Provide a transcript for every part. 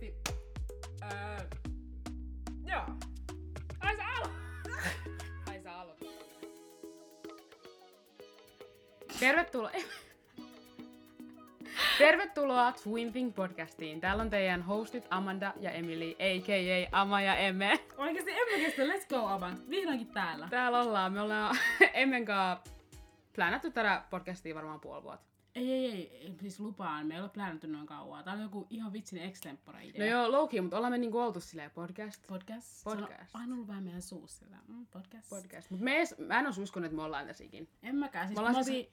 siis Tervetuloa. Tervetuloa Swimping podcastiin. Täällä on teidän hostit Amanda ja Emily, a.k.a. Ama ja Emme. Oikeesti emme kestä, let's go Avant. Vihdoinkin täällä. Täällä ollaan. Me ollaan Emmen kanssa plänätty tätä podcastia varmaan puoli vuotta. Ei, ei, ei, ei, siis lupaan, me ei ole plänätty noin kauan. Tää on joku ihan vitsin extempore idea. No joo, low mutta ollaan me niinku oltu silleen podcast. Podcast. Podcast. Se on aina ollut vähän meidän suussa sillä. Mm, podcast. podcast. Mut me ees, mä en ois uskonut, että me ollaan tässä ikin. En mäkään. Siis Me me, ollaan oltiin,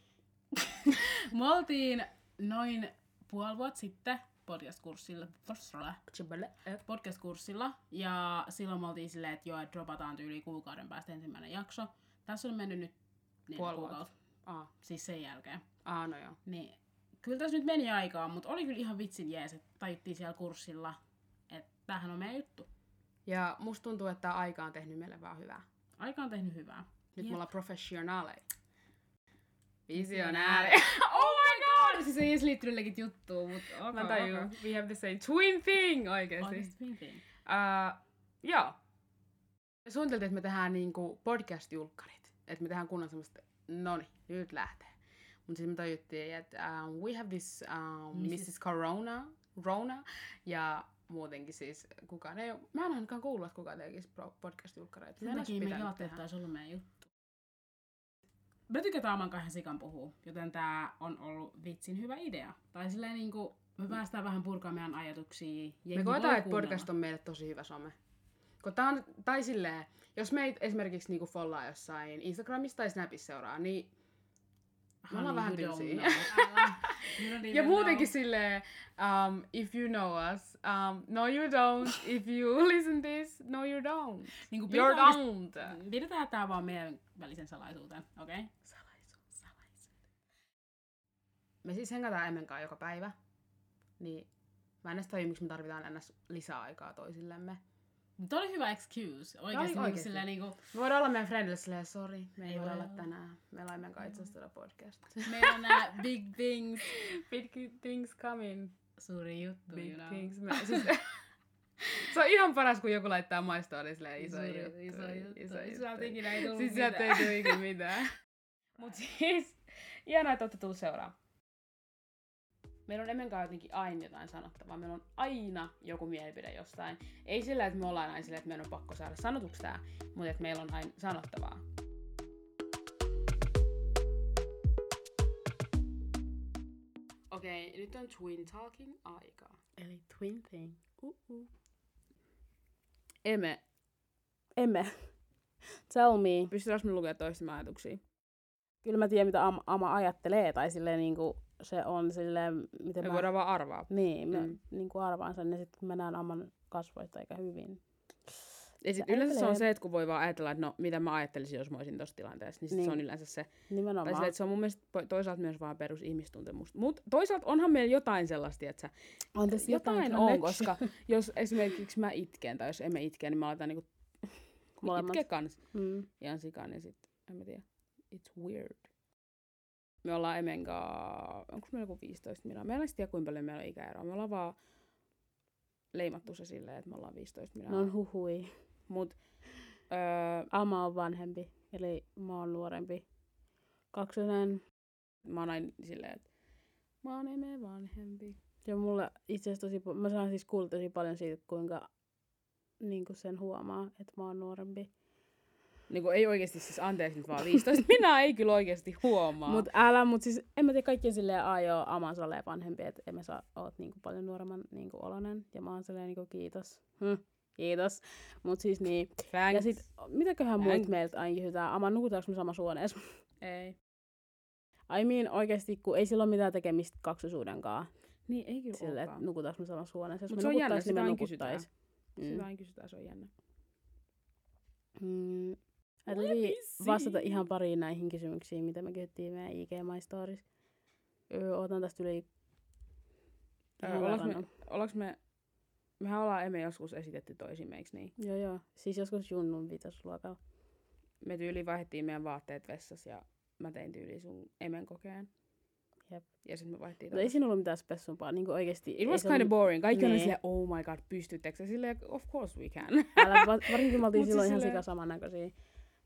me oltiin noin puoli vuotta sitten podcast-kurssilla, Forsralla, e, podcast-kurssilla ja silloin me oltiin silleen, että joo, että dropataan tyyli kuukauden päästä ensimmäinen jakso. Tässä on mennyt nyt neljä Puoli vuotta. kuukautta, Ah, siis sen jälkeen. ah, no joo. Niin, kyllä tässä nyt meni aikaa, mutta oli kyllä ihan vitsin jees, että tajuttiin siellä kurssilla, että tämähän on meidän juttu. Ja musta tuntuu, että tää aika on tehnyt meille vaan hyvää. Aika on tehnyt hyvää. Jep. Nyt me ollaan professionaaleja. Visionääri. oh my god! Siis ei edes liittynyt legit juttuun, mutta okay, Mä tajun. We have the same twin thing oikeesti. Oikeesti minkin. Uh, joo. Me suunniteltiin, että me tehdään niinku podcast-julkkarit. Että me tehdään kunnon semmoista, noni, nyt lähtee. Mutta sitten me tajuttiin, että um, we have this um, Mrs. Mrs. Corona, Rona, ja muutenkin siis kukaan ei ole, mä en ainakaan kuullut, että kukaan tekisi pro- podcast-julkkareita. Sen Meidän olisi takia me pitänyt ajattelin, että tehdä. olisi ollut meidän juttu. Mä tykätään oman kahden sikan puhua, joten tää on ollut vitsin hyvä idea. Tai silleen niinku, me päästään vähän purkamaan meidän ajatuksia. Me koetaan, että podcast on meille tosi hyvä some. Kun tää on, tai silleen, jos meitä esimerkiksi niinku follaa jossain Instagramissa tai Snapissa seuraa, niin me niin ollaan vähän tylsiä. Ja muutenkin silleen, um, if you know us, um, no you don't, if you listen this, no you don't. Niinku You're pidetään oikeesti- don't. Pidetään tää vaan meidän välisen salaisuuteen, okei? Okay? Salaisuus. Salaisuuteen. Me siis hengataan Emmen kanssa joka päivä, niin mä en edes tajua, miksi me tarvitaan ennäs lisää aikaa toisillemme. Tämä oli hyvä excuse. Oikeesti, niinku oikeesti. silleen niinku, Me voidaan olla meidän friendille silleen, sorry, me ei Ei voida voi olla olla. tänään. Meillä on Emmen kanssa itse asiassa tätä podcast. meillä on nää big things. Big things coming. Suuri juttu, Big you know. things. Mä, siis, se on ihan paras, kun joku laittaa maistoon, niin silleen iso Suuri- juttu. Iso juttu. Iso juttu. Sieltä ikinä ei tullut Siis sieltä ei mitään. tule ikinä mitään. Mut siis, ihanaa, että olette tullut seuraa. Meillä on Emmen kanssa jotenkin aina jotain sanottavaa. Meillä on aina joku mielipide jostain. Ei sillä, että me ollaan aina sillä, että meidän on pakko saada sanotuksi tää, mutta että meillä on aina sanottavaa. Okei, nyt on Twin Talking aika. Eli twin thing. Uh-uh. Emme, Emme. Tell me. pystytäänkö me lukemaan toisten ajatuksia? Kyllä mä tiedän, mitä Ama, Ama ajattelee, tai silleen niinku, se on silleen, miten Me mä... voidaan vaan arvaa. Niin, mä Mm. mm. niinku arvaan sen, ja sitten kun mä näen Aman kasvoista aika hyvin. Ja sit Se yleensä se on ajattelee- se, että kun voi vaan ajatella, että no mitä mä ajattelisin, jos mä olisin tossa tilanteessa, niin, sit Niin. se on yleensä se. Tai Nimenomaan. sille, että se on mun mielestä po- toisaalta myös vaan perus ihmistuntemusta. Mutta toisaalta onhan meillä jotain sellaista, että sä, on tässä jotain, jotain on, connection. koska jos esimerkiksi mä itken tai jos emme itke, niin mä aletaan niinku Molemmat. itke kans Mm. ihan sikan ja sit, en mä tiedä, it's weird. Me ollaan Emen kaa, onko meillä joku 15 minaa? Mä en edes tiedä kuinka paljon meillä on ikäeroa. Me ollaan vaan leimattu se silleen, että me ollaan 15 minaa. No on huhui. Mut, öö, Ama on vanhempi, eli mä oon nuorempi. Kaksonen. mä oon aina silleen, että mä oon emme vanhempi. Ja mulla itse asiassa tosi, pa- mä saan siis kuulla tosi paljon siitä, kuinka niin kuin sen huomaa, että mä oon nuorempi. Niinku ei oikeesti siis anteeksi nyt vaan 15. Minä ei kyllä oikeesti huomaa. Mut älä, mut siis en mä tiedä kaikkien silleen ajo Aman salee vanhempi, että en mä saa, oot niin kuin paljon nuoremman niin kuin olonen. Ja mä oon silleen niin kuin kiitos. Hm, kiitos. Mut siis niin. Thanks. Ja sit mitäköhän Thanks. muut meiltä aina kysytään. Ama, nukutaanko me samassa huoneessa? ei. I mean oikeesti, kun ei sillä ole mitään tekemistä kaksosuuden kanssa. Niin ei kyllä Sille, että olekaan. nukutaanko me samassa huoneessa. Jos Mut me se on jännä, nukuttais, sitä niin me aina kysytään. nukuttais. Sitä Mm. aina kysytään, se on jännä. Mm. Let Eli me see. vastata ihan pariin näihin kysymyksiin, mitä me kysyttiin meidän IG My Stories. Öö, otan tästä yli... Öö, ihan ollaanko verran. Ollaanko me... Mehän ollaan emme joskus esitetty toisimme, eiks niin? Joo, joo. Siis joskus junnun viitosluokalla. Me tyyli vaihdettiin meidän vaatteet vessassa ja mä tein tyyli sun emen kokeen. Jep. Ja sitten me vaihdettiin Mutta ei taas. siinä ollut mitään spessumpaa. Niin oikeesti... It ei was se ollut- kind of boring. Kaikki oli Niin. silleen, oh my god, pystyttekö? se?" Silleen, of course we can. Älä, va- varsinkin me oltiin Mut siis silloin ihan silleen- sika samannäköisiä.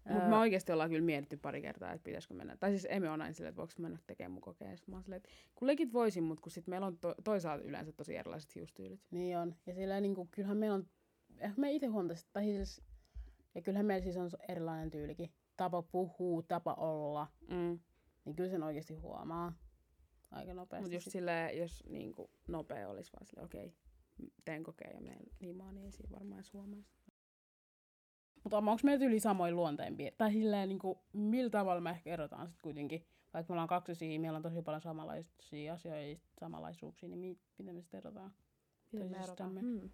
Mutta me oikeasti ollaan kyllä mietitty pari kertaa, että pitäisikö mennä. Tai siis emme ole aina silleen, että voiko mennä tekemään mun kokeen. Sitten mä oon silleen, että kun legit voisin, mutta kun sit meillä on to- toisaalta yleensä tosi erilaiset hiustyylit. Niin on. Ja sillä niinku, kyllähän meillä on, eihän me itse huomataan, tai siis, ja kyllähän meillä siis on erilainen tyylikin. Tapa puhua, tapa olla, Mm. niin kyllä sen oikeasti huomaa aika nopeasti. Mutta just sit. silleen, jos niinku nopea olisi vaan silleen, okei, teen kokeen ja menen liimaan, niin ei siinä varmaan edes huomaisi. Mutta onko meillä yli samoin luonteenpiirteitä? Tai silleen, niin kuin, millä tavalla me ehkä erotaan sitten kuitenkin? Vaikka me ollaan kaksisia, meillä on tosi paljon samanlaisia asioita ja samanlaisuuksia, niin mi- miten me sitten erotaan? Miten me Toisistamme. erotaan? Mm.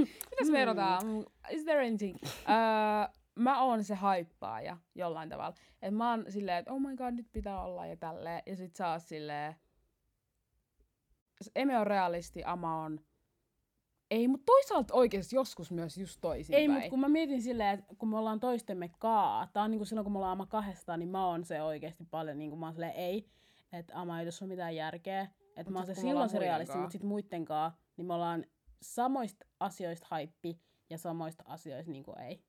Mitäs Hmm. me erotaan? Mm. Is there anything? öö, mä oon se haippaaja jollain tavalla. Et mä oon silleen, että oh my god, nyt pitää olla ja tälleen. Ja sit sä oot silleen... s- Eme on realisti, Ama on... Ei, mutta toisaalta oikeasti joskus myös just toisinpäin. Ei, mutta kun mä mietin silleen, että kun me ollaan toistemme kaa, tää on niinku silloin kun me ollaan ama kahdestaan, niin mä oon se oikeasti paljon, niin kuin mä oon silleen, ei, että ama ei tässä ole mitään järkeä. Että Mut mä oon se sit kun me silloin ollaan se muiden realisti, kaa. mutta sitten muitten kaa, niin me ollaan samoista asioista haippi ja samoista asioista niin kuin ei.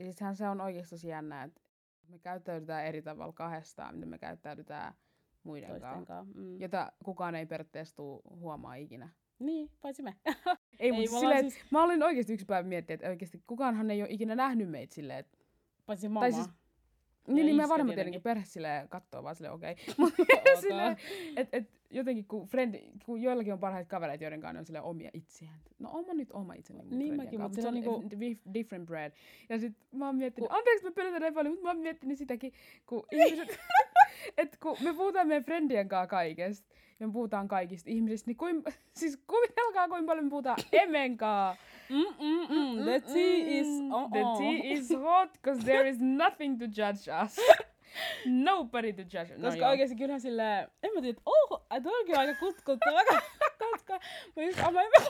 Ja sittenhän se on oikeasti tosi jännä, että me käyttäydytään eri tavalla kahdestaan, mitä me käyttäydytään muiden Toisten kanssa. kaa. Mm. Jota kukaan ei periaatteessa tuu huomaa ikinä. Niin, paitsi me. Ei, me mutta ollaan silleen, siis... mä olin oikeasti yksi päivä miettiä, että oikeasti kukaanhan ei ole ikinä nähnyt meitä silleen, että... Paitsi mama. Tai siis- Niin, niin iskä me varmaan tietenkin. tietenkin perhe silleen kattoo vaan silleen, okei. Okay. Ok. silleen, et, et, jotenkin kun, friend, kun joillakin on parhaita kavereita, joiden kanssa ne on silleen omia itseään. No oma nyt oma itseni. mun Niin friendien mäkin, kanssa, mut mut se on silloin niinku... dif- different bread. Ja sit mä oon miettinyt, anteeksi mä pölytän näin paljon, mutta mä oon miettinyt sitäkin, kun ihmiset... et kun me puhutaan meidän friendien kanssa kaikesta, ja me puhutaan kaikista ihmisistä, niin kuin, siis kuvitelkaa kuinka paljon me puhutaan emen kaa. Mm, mm, mm. The tea is on. mm. oh. The tea is hot, because there is nothing to judge us. Nobody to judge no, us. Koska oikeesti kyllähän silleen, en mä tiedä, oh, ai toi on kyllä aika kutkuttava. Koska mä just ama en mä...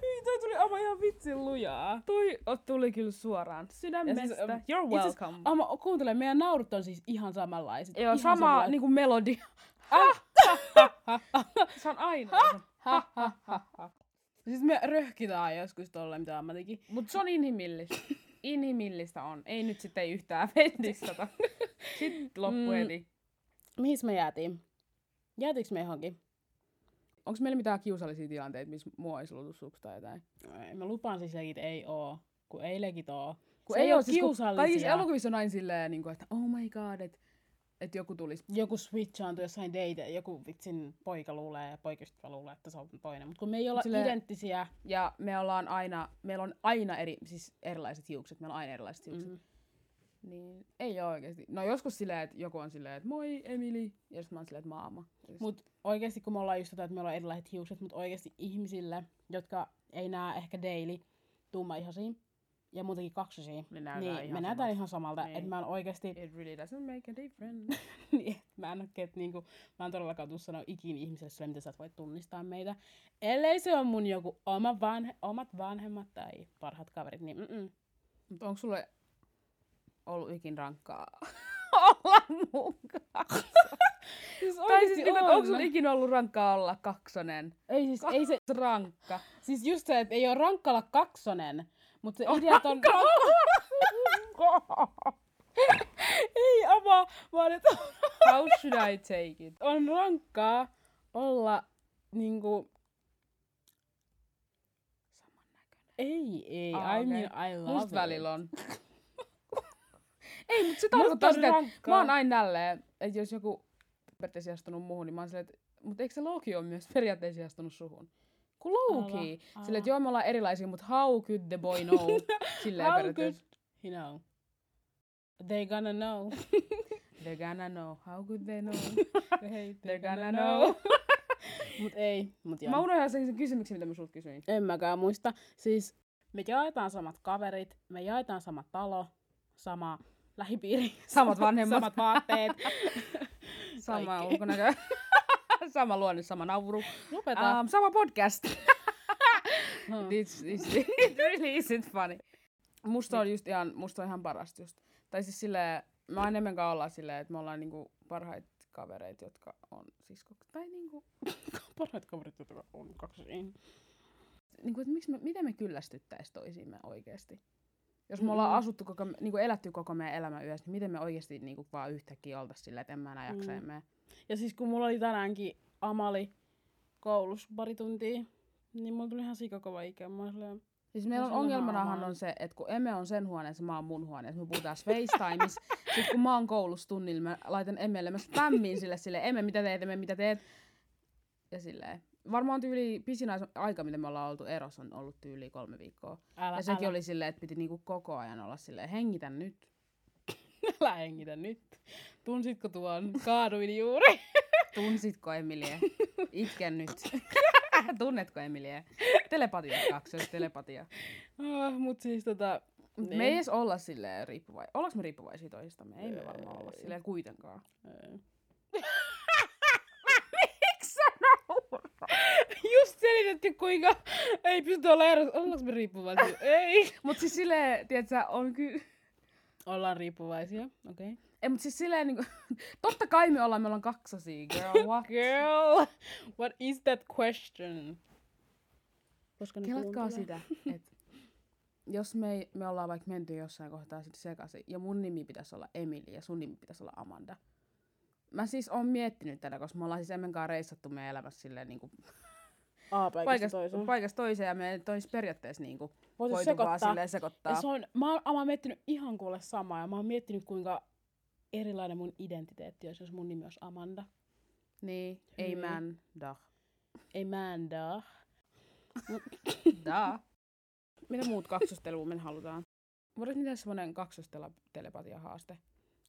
Niin, toi tuli ama ihan vitsin lujaa. Toi ot- tuli kyllä suoraan sydämestä. Ja siis, um, You're ja siis welcome. Ama, kuuntele, meidän naurut on siis ihan samanlaiset. Joo, ihan sama samanlaiset. niinku melodia. Se on aina. Ha, ha, ha, ha. Siis me röhkitään joskus tolle, mitä Amma teki. Mut se on inhimillistä. Inhimillistä on. Ei nyt sitten yhtään fendistata. Sitten loppu Mm. heti. Mihin me jäätiin? Jäätiinkö me johonkin? Onko meillä mitään kiusallisia tilanteita, missä mua olisi luultu suksi tai jotain? Ei, Mä lupaan siis legit ei oo, kun ei legit oo. Kun Se ei, ei ole, oo siis, kun kiusallisia. Kaikissa elokuvissa on aina silleen, niin kuin, että oh my god, että et joku tulisi. Joku switchaantuu jossain date, joku vitsin poika luulee ja poikaystävä luulee, että se on toinen. Mutta kun me ei olla Silleen- identtisiä, Ja me ollaan aina, meillä on aina eri, siis erilaiset hiukset, meillä on aina erilaiset hiukset. mm, Niin, ei ole oikeesti. No joskus silleen, että joku on silleen, että moi Emili, ja sitten mä oon silleen, että maama. mutta oikeasti kun me ollaan just tätä, että meillä on erilaiset hiukset, mutta oikeasti ihmisille, jotka ei näe ehkä daily tummaihosia ja muutenkin kaksosia, Me niin näytään me näytään ihan samalta. ihan samalta. Niin. Että mä en oikeasti, It really doesn't make a difference. niin, et mä en ole ket, niinku, mä en todellakaan tuu sanoa ikin ihmiselle sille, miten sä et voi tunnistaa meitä. Ellei se on mun joku oma vanhe, omat vanhemmat tai parhaat kaverit, niin mm-mm. Mutta onko sulle ollut ikin rankkaa olla mukaan? Siis tai siis niin, onko sulle ikin ollut rankkaa olla kaksonen? Ei siis, ei se, Rankka. Siis just se, että ei ole rankkala kaksonen, mutta se idea että on... ei ama, vaan että How should I take it? on rankkaa olla niinku... Ei, ei. Aa, I mean, Ah, okei. I love Musta it. välillä on. Ei, mutta se Musta tarkoittaa on sitä, että rankkaa. mä oon aina tälleen, että jos joku periaatteessa astunut muuhun, niin mä oon silleen, että mutta eikö se Loki ole myös periaatteessa astunut suhun? Kun Loki. Älä, Silleen, että älä. joo, me ollaan erilaisia, mutta how could the boy know? Silleen How periaatteessa. You know. They gonna know. They're gonna know. How could they know? Hei, They're gonna know. mut ei, mut joo. Mä unohdin sen kysymyksen, mitä mä sulta kysyin. En mäkään muista. Siis me jaetaan samat kaverit, me jaetaan sama talo, sama lähipiiri. Samat vanhemmat. Samat vaatteet. Sama Kaikki. ulkonäkö. sama luonne, sama nauru. Lopeta. Um, sama podcast. Hmm. It's, it's, it really isn't funny. Musta on just ihan, musta on ihan parasta just. Tai siis silleen, mä oon enemmänkaan olla silleen, että me ollaan niinku parhaita kavereita, jotka on siskokset. Tai niinku, Parhaat kaverit, jotka on kaksi siinä. niinku että miksi me, miten me kyllästyttäis toisiimme oikeesti. Jos me ollaan Mm-mm. asuttu koko, niinku elätty koko meidän elämä yhdessä, niin miten me oikeasti niinku vaan yhtäkkiä oltais silleen, että en mä enää jaksa, Mm. mm. Ja siis kun mulla oli tänäänkin Amali koulussa pari tuntia, niin mulla tuli ihan sikakova ikä. Mä olin silleen, Siis meillä on No, se on ihan ongelmanahan omaa. on se, että kun Emme on sen huoneessa, mä oon mun huoneessa, me puhutaan FaceTimeissa. Sitten kun mä oon koulussa tunnilla, mä laitan Emmelle, mä spämmin sille sille, Emme mitä teet, Emme mitä teet. Ja silleen. Varmaan tyyli pisin ais- aika, mitä me ollaan oltu erossa, on ollut tyyli kolme viikkoa. älä, Ja sekin älä, oli silleen, että piti niinku koko ajan olla silleen, hengitä nyt. älä hengitä nyt. Tunsitko tuon? Kaaduin juuri. Tunsitko Emilie? Itke nyt. Tunnetko Emilie? Telepatia, kaksois telepatia. Ah, Mut siis tota... Mut Me ei edes olla silleen riippuvaisia. Ollaanko me riippuvaisia toisistamme? Ei me varmaan olla silleen kuitenkaan. ei. Miksi sä naurat? Just selitetty, kuinka ei pysty olla erossa. Ollaanko me riippuvaisia? ei. Mut siis silleen, tietsä, on ky... Ollaan riippuvaisia, okei. Okay. Ei, mut siis silleen niinku... Totta kai me ollaan, me ollaan kaksosia, girl, what? Girl, what is that question? Koska ne Kelatkaa kuuntelee. sitä, että jos me, ei, me ollaan vaikka menty jossain kohtaa sit sekaisin, ja mun nimi pitäisi olla Emily ja sun nimi pitäisi olla Amanda. Mä siis oon miettinyt tätä, koska me ollaan siis Emmen kanssa reissattu meidän elämässä silleen niinku Aa, paikasta paikasta, toiseen. paikasta toiseen ja me ei tois periaatteessa niinku Voisi voitu sekoittaa. vaan silleen Ja sekoittaa. se on, mä, oon, mä oon miettinyt ihan kuule samaa ja mä oon miettinyt kuinka erilainen mun identiteetti olisi, jos mun nimi olisi Amanda. Niin, ei Niin. man, da. Amanda. Da. Mitä muut kaksostelua me halutaan? Voitaisiin tehdä semmonen kaksostelepatia haaste.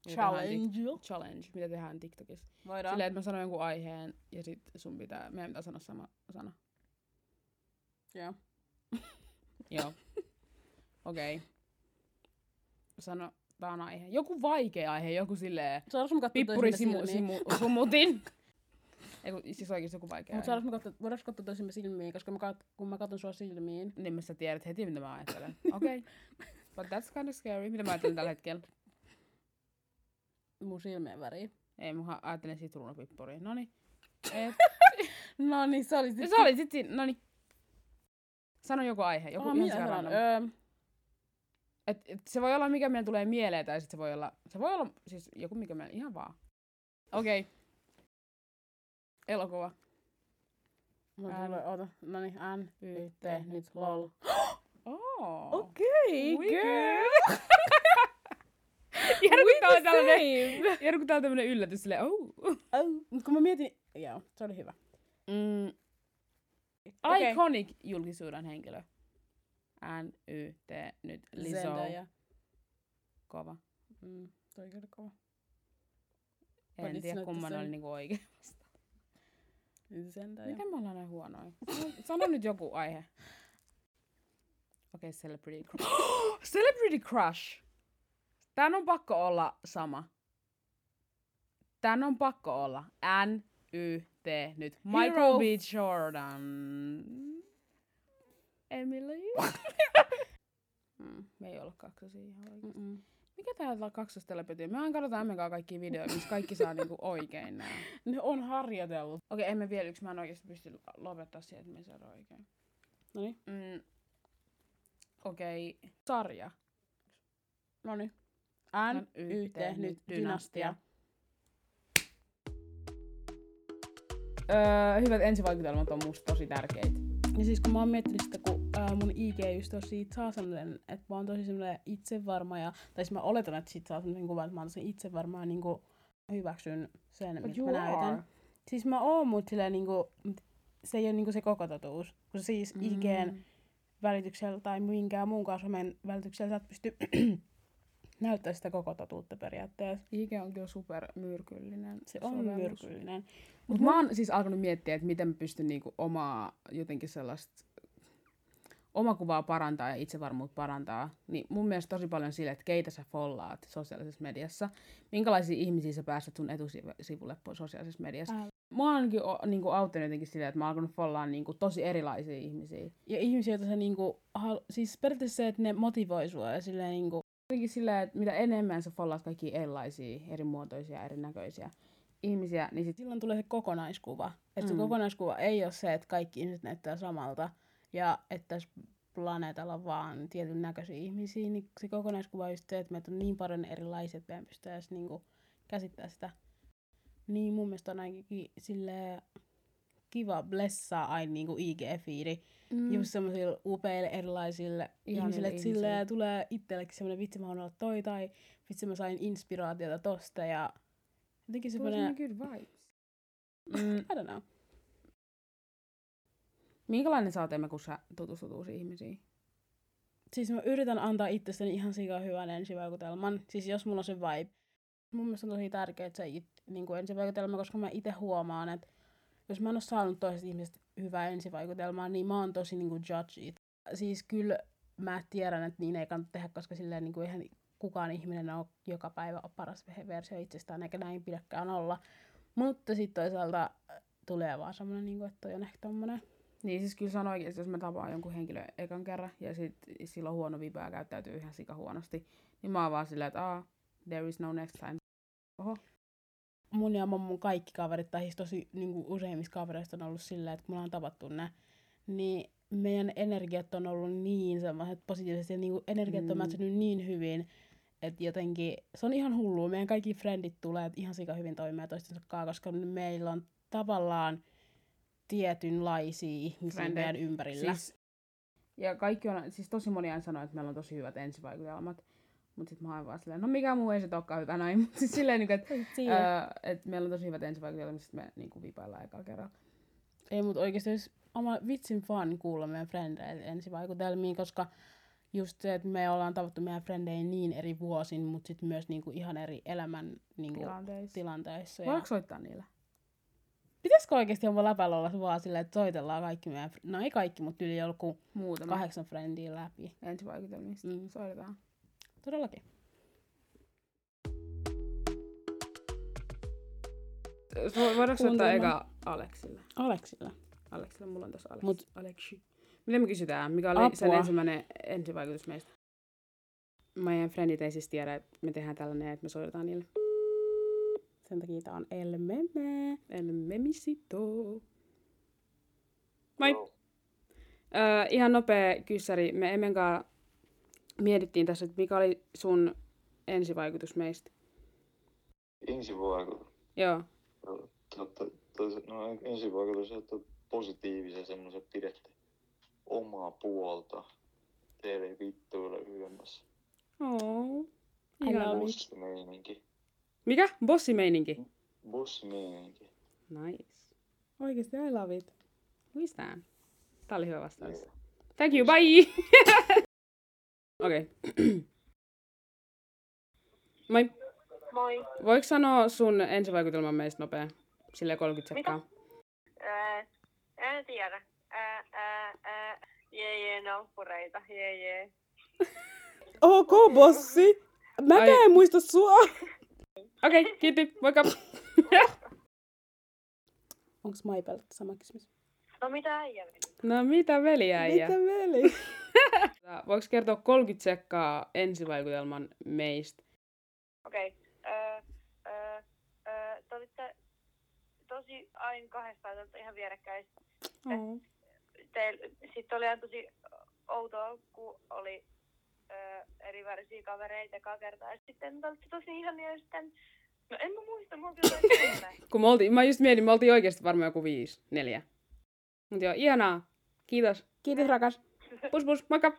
Challenge. Challenge, mitä tehdään TikTokissa. Voidaan. Silleen, että mä sanon jonkun aiheen ja sit sun pitää, meidän pitää sanoa sama sana. Joo. Joo. Okei. Okay. Sano, tää on aihe. Joku vaikea aihe, joku silleen Saadaanko me katsoa pippuri toisimme simu, silmiin? simu, sumutin. Eiku, siis oikeesti joku Mut vaikea aihe. saadaanko me katsoa, voidaanko katsoa toisimme silmiin, koska mä kat, kun mä katson sua silmiin. Niin mä sä tiedät heti, mitä mä ajattelen. Okei. Okay. But that's kind of scary. Mitä mä ajattelen tällä hetkellä? Mun silmien väriin. Ei, mä ajattelen sitruunapippuria. Noni. niin. Et, No niin, se oli Ja se oli sit siinä, no niin. Sano joku aihe, joku Aha, ihan minä sika sanon. random. Öö, Et, et, se voi olla mikä meillä tulee mieleen, tai sit se voi olla, se voi olla siis joku mikä meillä, ihan vaan. Okei. Okay. Elokuva. mulla Ään. tulee, oota. No niin, N, Y, T, nyt, lol. Oh. Okei, We girl. Jero, kun tää on tällainen, Jero, kun tää on tämmönen yllätys, silleen, oh. Oh, mut kun mä mietin, joo, se oli hyvä. Mm, Okei. Iconic julkisuuden henkilö. N, Y, T, nyt Lizzo. Zendaya. Kova. Mm, toi kyllä kova. But En it's not tiedä, the kumman oli same. niinku oikein. Zendaya. Miten me ollaan näin huonoja? Sano- Sano nyt joku aihe. Okei, okay, celebrity crush. celebrity crush! Tän on pakko olla sama. Tän on pakko olla. N, Y, T, nyt. Michael Hero. B. Jordan. Emily. mm, me ei olla kaksosia ihan oikein. Mm-mm. Mikä täällä on kaksostelepetyä? Me aina katsotaan Emmen kanssa kaikki videoita, missä kaikki saa niinku oikein nää. Ne on harjoitellut. Okei, emme vielä yksi. Mä en oikeasti pysty l- lopettaa siihen, että me ei saada oikein. Noniin. Mm. Okei. Sarja. No niin. N, N, Y, Y, T, T, nyt nyt dynastia. Öö, hyvät ensivaikutelmat on musta tosi tärkeitä. Ja siis kun mä oon miettinyt sitä, kun ää, mun IG just on siitä saa sellainen, että mä oon tosi sellainen itsevarma ja, tai siis mä oletan, että siitä saa sellainen kuvan, että mä oon tosi itsevarma ja niinku hyväksyn sen, mitä mä näytän. Siis mä oon, mut silleen niinku, mut se ei ole niinku se koko totuus. Kun siis mm. IGn välityksellä tai minkään muun kanssa somen välityksellä sä et pysty näyttää sitä koko totuutta periaatteessa. IG on kyllä supermyrkyllinen. Se on myrkyllinen. Mut mä oon siis alkanut miettiä, että miten mä pystyn niinku omaa jotenkin sellaista omakuvaa parantaa ja itsevarmuutta parantaa, niin mun mielestä tosi paljon sille, että keitä sä follaat sosiaalisessa mediassa, minkälaisia ihmisiä sä pääset sun etusivulle po- sosiaalisessa mediassa. Ää. Mä oon ainakin o, niinku auttanut jotenkin silleen, että mä oon alkanut follaan niinku tosi erilaisia ihmisiä. Ja ihmisiä, joita sä niinku, hal- siis periaatteessa se, että ne motivoi sua ja silleen niinku, Jotenkin silleen, että mitä enemmän sä follaat kaikki erilaisia, eri muotoisia, erinäköisiä ihmisiä, niin sit silloin tulee se kokonaiskuva. Että se Mm. kokonaiskuva ei ole se, että kaikki ihmiset näyttää samalta ja että s- planeetalla vaan tietyn näköisiä ihmisiä, niin se kokonaiskuva on just se, että meitä on niin paljon erilaisia, että meidän pystytään edes niinku käsittää sitä. Niin mun mielestä on ainakin sille kiva blessaa aina niinku IG-fiiri mm. just semmoisille upeille erilaisille Ihanille ihmisille, että ihmisille. sille tulee itsellekin semmoinen vitsi, mä haluan olla toi, tai vitsi, mä sain inspiraatiota tosta, ja jotenkin Tulee semmoinen semmoinen, good vibes. mm, I don't know. Minkälainen sä oot, Emme, kun sä tutustut uusiin ihmisiin? Siis mä yritän antaa itsestäni ihan sikaa hyvän ensivaikutelman, siis jos mulla on se vibe. Mun mielestä on tosi tärkeä se it, niin kuin ensivaikutelma, koska mä itse huomaan, että jos mä en ole saanut toisesta ihmisestä hyvää ensivaikutelmaa, niin mä oon tosi niin kuin judge it. Siis kyllä mä tiedän, että niin ei kannata tehdä, koska silleen niin kuin ihan kukaan ihminen on joka päivä paras ve- versio itsestään, eikä näin pidäkään olla. Mutta sitten toisaalta äh, tulee vaan semmoinen, niin kuin, että toi on ehkä tommonen Niin siis kyllä se on oikeasti, jos mä tapaan jonkun henkilön ekan kerran ja sit sillä on huono vipää käyttäytyy ihan sika huonosti, niin mä oon vaan silleen, että ah, there is no next time. Oho. mun ja mun kaikki kaverit, tai siis tosi niin kuin useimmissa kavereista on ollut silleen, että kun me ollaan tavattu nää, niin meidän energiat on ollut niin semmoiset positiiviset, ja niin kuin energiat on Mm. matchannut niin hyvin, että jotenkin se on ihan hullua. Meidän kaikki frendit tulee ihan sika hyvin toimeen toistensa kanssa, koska meillä on tavallaan tietynlaisia ihmisiä Frendejä. meidän ympärillä. Siis, ja kaikki on, siis tosi moni aina sanoo, että meillä on tosi hyvät ensivaikutelmat. Mut sit mä oon vaan silleen, no mikä muu ei se olekaan hyvä näin. Mut siis silleen, niinku, että Siinä. öö, et meillä on tosi hyvät ensivaikutelmat, sit me niinku vipaillaan ekaa kerran. Ei, mutta oikeasti olisi oma vitsin fun kuulla meidän frendeitä ensivaikutelmiin, koska just se, että me ollaan tavattu meidän frendejä niin eri vuosin, mutta sitten myös niinku ihan eri elämän niinku, Tilanteissa. tilanteissa. Ja... Voidaanko soittaa niillä? Pitäisikö oikeasti jopa läpällä olla vaan silleen, että soitellaan kaikki meidän, fr- no ei kaikki, mutta yli joku Muutama Kahdek- kahdeksan frendiä läpi. ensivaikutelmista. Mm. Soitetaan. Todellakin. Vo- Voidaanko soittaa Kuuntelemaan. eka Aleksille? Aleksilla. Aleksilla, mulla on tossa Aleksi. Mut- Aleksi. Mitä me kysytään? Mikä oli Apua. sen ensimmäinen ensivaikutus meistä? Meidän frendit ei siis tiedä, että me tehdään tällainen, että me soitetaan niille. Sen takia tää on Elmeme. Elmemisito. Moi! Öö, ihan nopea kyssäri. Me Emenkaan mietittiin tässä, että mikä oli sun ensivaikutus meistä. Ensi vuoro. Joo. No, Totta, toisa- no ensi vuoro se, että positiivisen semmoisen pidettä omaa puolta. Teille ei vittuilla ylemmässä. Oh. Ihanaa. Bossimeininki. Mikä? Bossimeininki. Bossimeininki. Nice. Oikeesti I love it. Muistaan. Tää oli hyvä vastaus. Joo. Thank you, bye! Okei. Moi. Moi. Voiko sanoa sun ensivaikutelman meistä nopea? Sille 30 sekkaa. Ää, en tiedä. Ää, ää, ää. Jee, jee, namppureita. Jee, jee. Ok, bossi! Mä Ai- en muista sua! Okei, okay, kiitti. Moikka. Onks Maipelta sama kysymys? No mitä äijä meni? no mitä veliäijä? Mitä veli? Voiko kertoa 30 sekkaa ensivaikutelman meistä? Okei. Ää, ää, ää, Te olitte tosi aina kahdestaan, te olitte ihan vierekkäin. Oh. Sitten oli ihan tosi outoa, kun oli ää, eri värisiä kavereita joka kertaa. Ja Sitten te olitte tosi ihania ja sitten... No en mä muista, mulla on kyllä Kun me oltiin, mä just mietin, me oltiin oikeasti varmaan joku viisi, neljä. Mut joo, ihanaa. Kiitos. Kiitos rakas. Pus pus, moikka.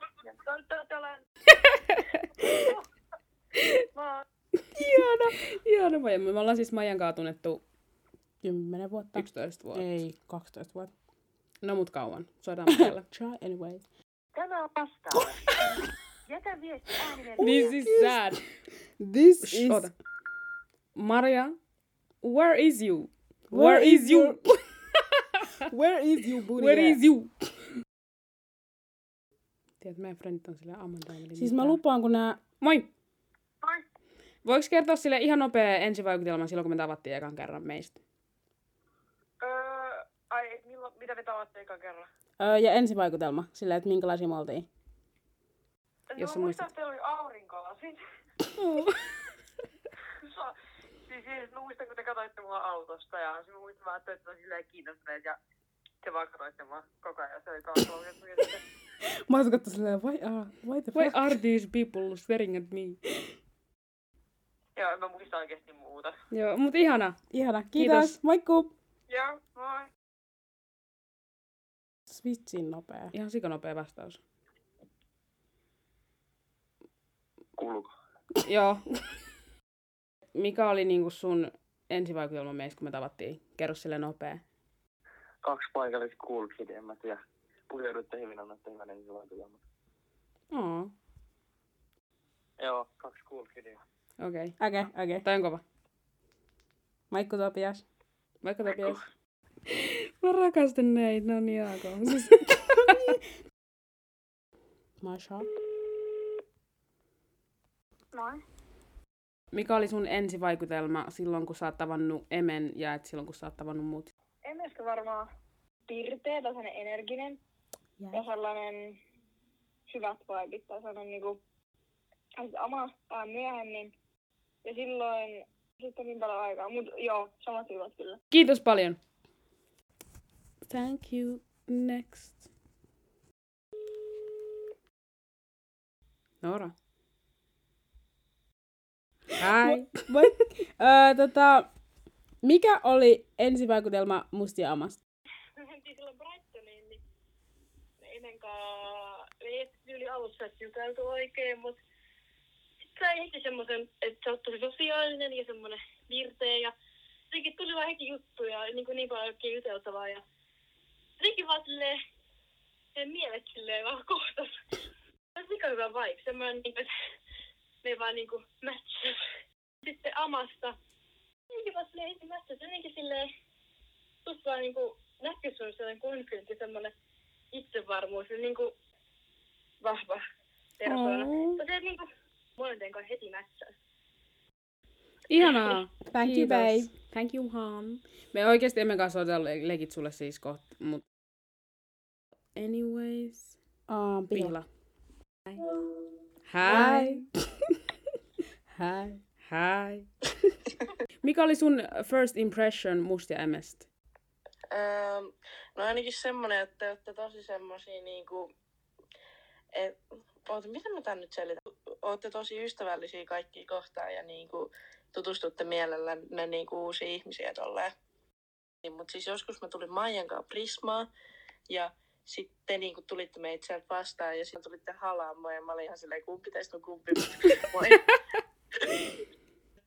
Mä oon Ihana, ihana. Maija. Me ollaan siis Maijan kanssa tunnettu 10 vuotta. 11 vuotta. Ei, 12 vuotta. No mut kauan. Soidaan Maijalle. Try anyway. Tämä on vastaava. Jätä viesti Niin. äänimerkki. This is Niin siis sad. This Shh, Oota. Maria, where is you? Where, Where is, is you? your Where is you booty? where is you? Tiedät, meidän friendit on sillä ammantaimella. Siis mä lupaan, kun nää... Moi! Moi. Voiko kertoa sille ihan nopea ensivaikutelma silloin, kun me tavattiin ekan kerran meistä? Öö, ai, milloin, mitä me tavattiin ekan kerran? Öö, ja ensivaikutelma, silleen, että minkälaisia me oltiin. Jos sä no, muistat. muistan, että oli aurinkolasit. Sa- siis, siis mä muistan, kun te katsoitte mua autosta ja siis mä muistan, vaan, että te olette silleen kiinnostuneet ja te vaan katsoitte mua koko ajan. Se oli kauan Mä oon katsonut silleen, why, are, why the Why fuck? are these people swearing at me? Joo, en mä muista oikeesti muuta. Joo, mut ihana. Ihana, kiitos. Kiitos. kiitos. Moikku! Joo, moi. Switchin nopea. Ihan sikonopea vastaus. Kulku. Joo. Mikä oli niinku sun ensivaikutelma meistä, kun me tavattiin? Kerro sille nopea. Kaksi paikallista kulkit, en mä tiedä. Pureudutte hyvin, annatte hyvän ensivaikutelman. Oo, Joo, kaksi kulkidia. okei. Okay. Okei, okay, okei. Okay. Toi on kova. Moikku Topias. Vaikka Topias. Mä rakastan näitä, no niin Jaako. Siis... Masha. Moi. Mikä oli sun ensivaikutelma silloin, kun sä oot tavannut Emen ja et silloin, kun sä oot tavannut muut? En ehkä varmaan pirteä tai sellainen energinen Jää. ja sellainen hyvät vibit tai sellainen niinku siis ama ää, myöhemmin. Ja silloin sitten on niin paljon aikaa, mut joo, samat hyvät kyllä. Kiitos paljon. Thank you. Next. Noora. Hi. Moi. öö, tota, mikä oli ensivaikutelma mustia amasta? mentiin silloin Brightoniin, niin me Emen kanssa, me ei edes yli alussa edes juteltu oikein, mutta sitten sai heti semmoisen, että sä oot tosi sosiaalinen ja semmoinen virteä ja jotenkin tuli vaan heti juttuja, niin, kuin niin paljon oikein juteltavaa ja jotenkin vaan silleen, sen mielet silleen vaan kohtas. Se on sika hyvä vibe, semmoinen niin, että me vaan niinku match. Sitten Amasta, jotenkin vaan silleen heti match, jotenkin silleen, tuossa vaan niinku näkyy sun sellainen konflikti, semmoinen itsevarmuus, ja niinku vahva persoona. Oh. Mutta se niinku molempien kanssa heti mätsää. Ihanaa. Thank you, Kiitos. babe. Thank you, hon. Me oikeasti emme kanssa ota le- legit sulle siis kohta, mut... Anyways. Um, Pihla. Hi. Hi. Hi. Hi. Mikä oli sun first impression mustia emestä? Ähm, no ainakin semmonen, että te olette tosi semmosia niinku... Et, oota, miten mä tän nyt selitän? Ootte tosi ystävällisiä kaikki kohtaan ja niinku tutustutte mielellänne niinku uusia ihmisiä tolleen. Niin, mut siis joskus mä tulin Maijan kanssa Prismaa ja sitten te niinku tulitte meitä sieltä vastaan ja sitten tulitte halaamaan ja mä olin ihan silleen kumpi teistä on kumpi. Moi.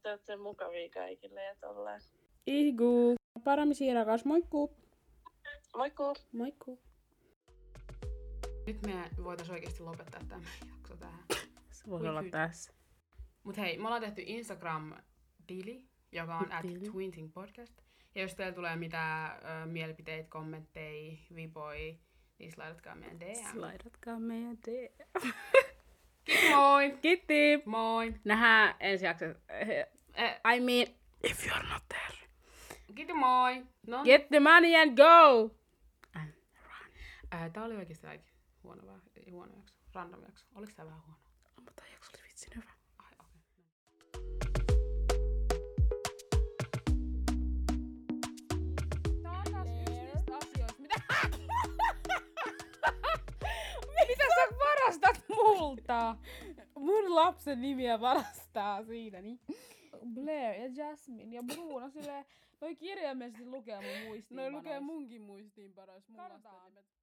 te olette mukavia kaikille ja tolleen. Igu. Paramisia rakas, moikku. Moikkuu! Moikku. Nyt me voitaisiin oikeasti lopettaa tämä jakso tähän. Se voi Ui, olla hyi. tässä. Mut hei, me ollaan tehty Instagram-tili, joka on at Tili. Twinting Podcast. Ja jos teillä tulee mitään ö, mielipiteitä, kommentteja, vipoi, niin laitatkaa meidän DM. Slaidatkaa meidän tee. Moi! Kiitti. Moi! Nähdään ensi jaksossa. Eh, I mean, if you're not there. kiitos moi! No, Get the money and go! Ää, Äh, tää oli oikeesti aika huono, vä- huono jakso, random jakso. Oliks tää vähän huono? Mutta jakso oli vitsin hyvä. Ai, okei. Tää on taas yksi niistä asioista, mitä... mitä sä varastat multa? Mun lapsen nimiä varastaa siinä, niin. Blair ja Jasmine ja Bruno Niin silleen, noi kirjaimellisesti No, lukee mun muistiinpanoissa. munkin muistiin paras. Kartaan.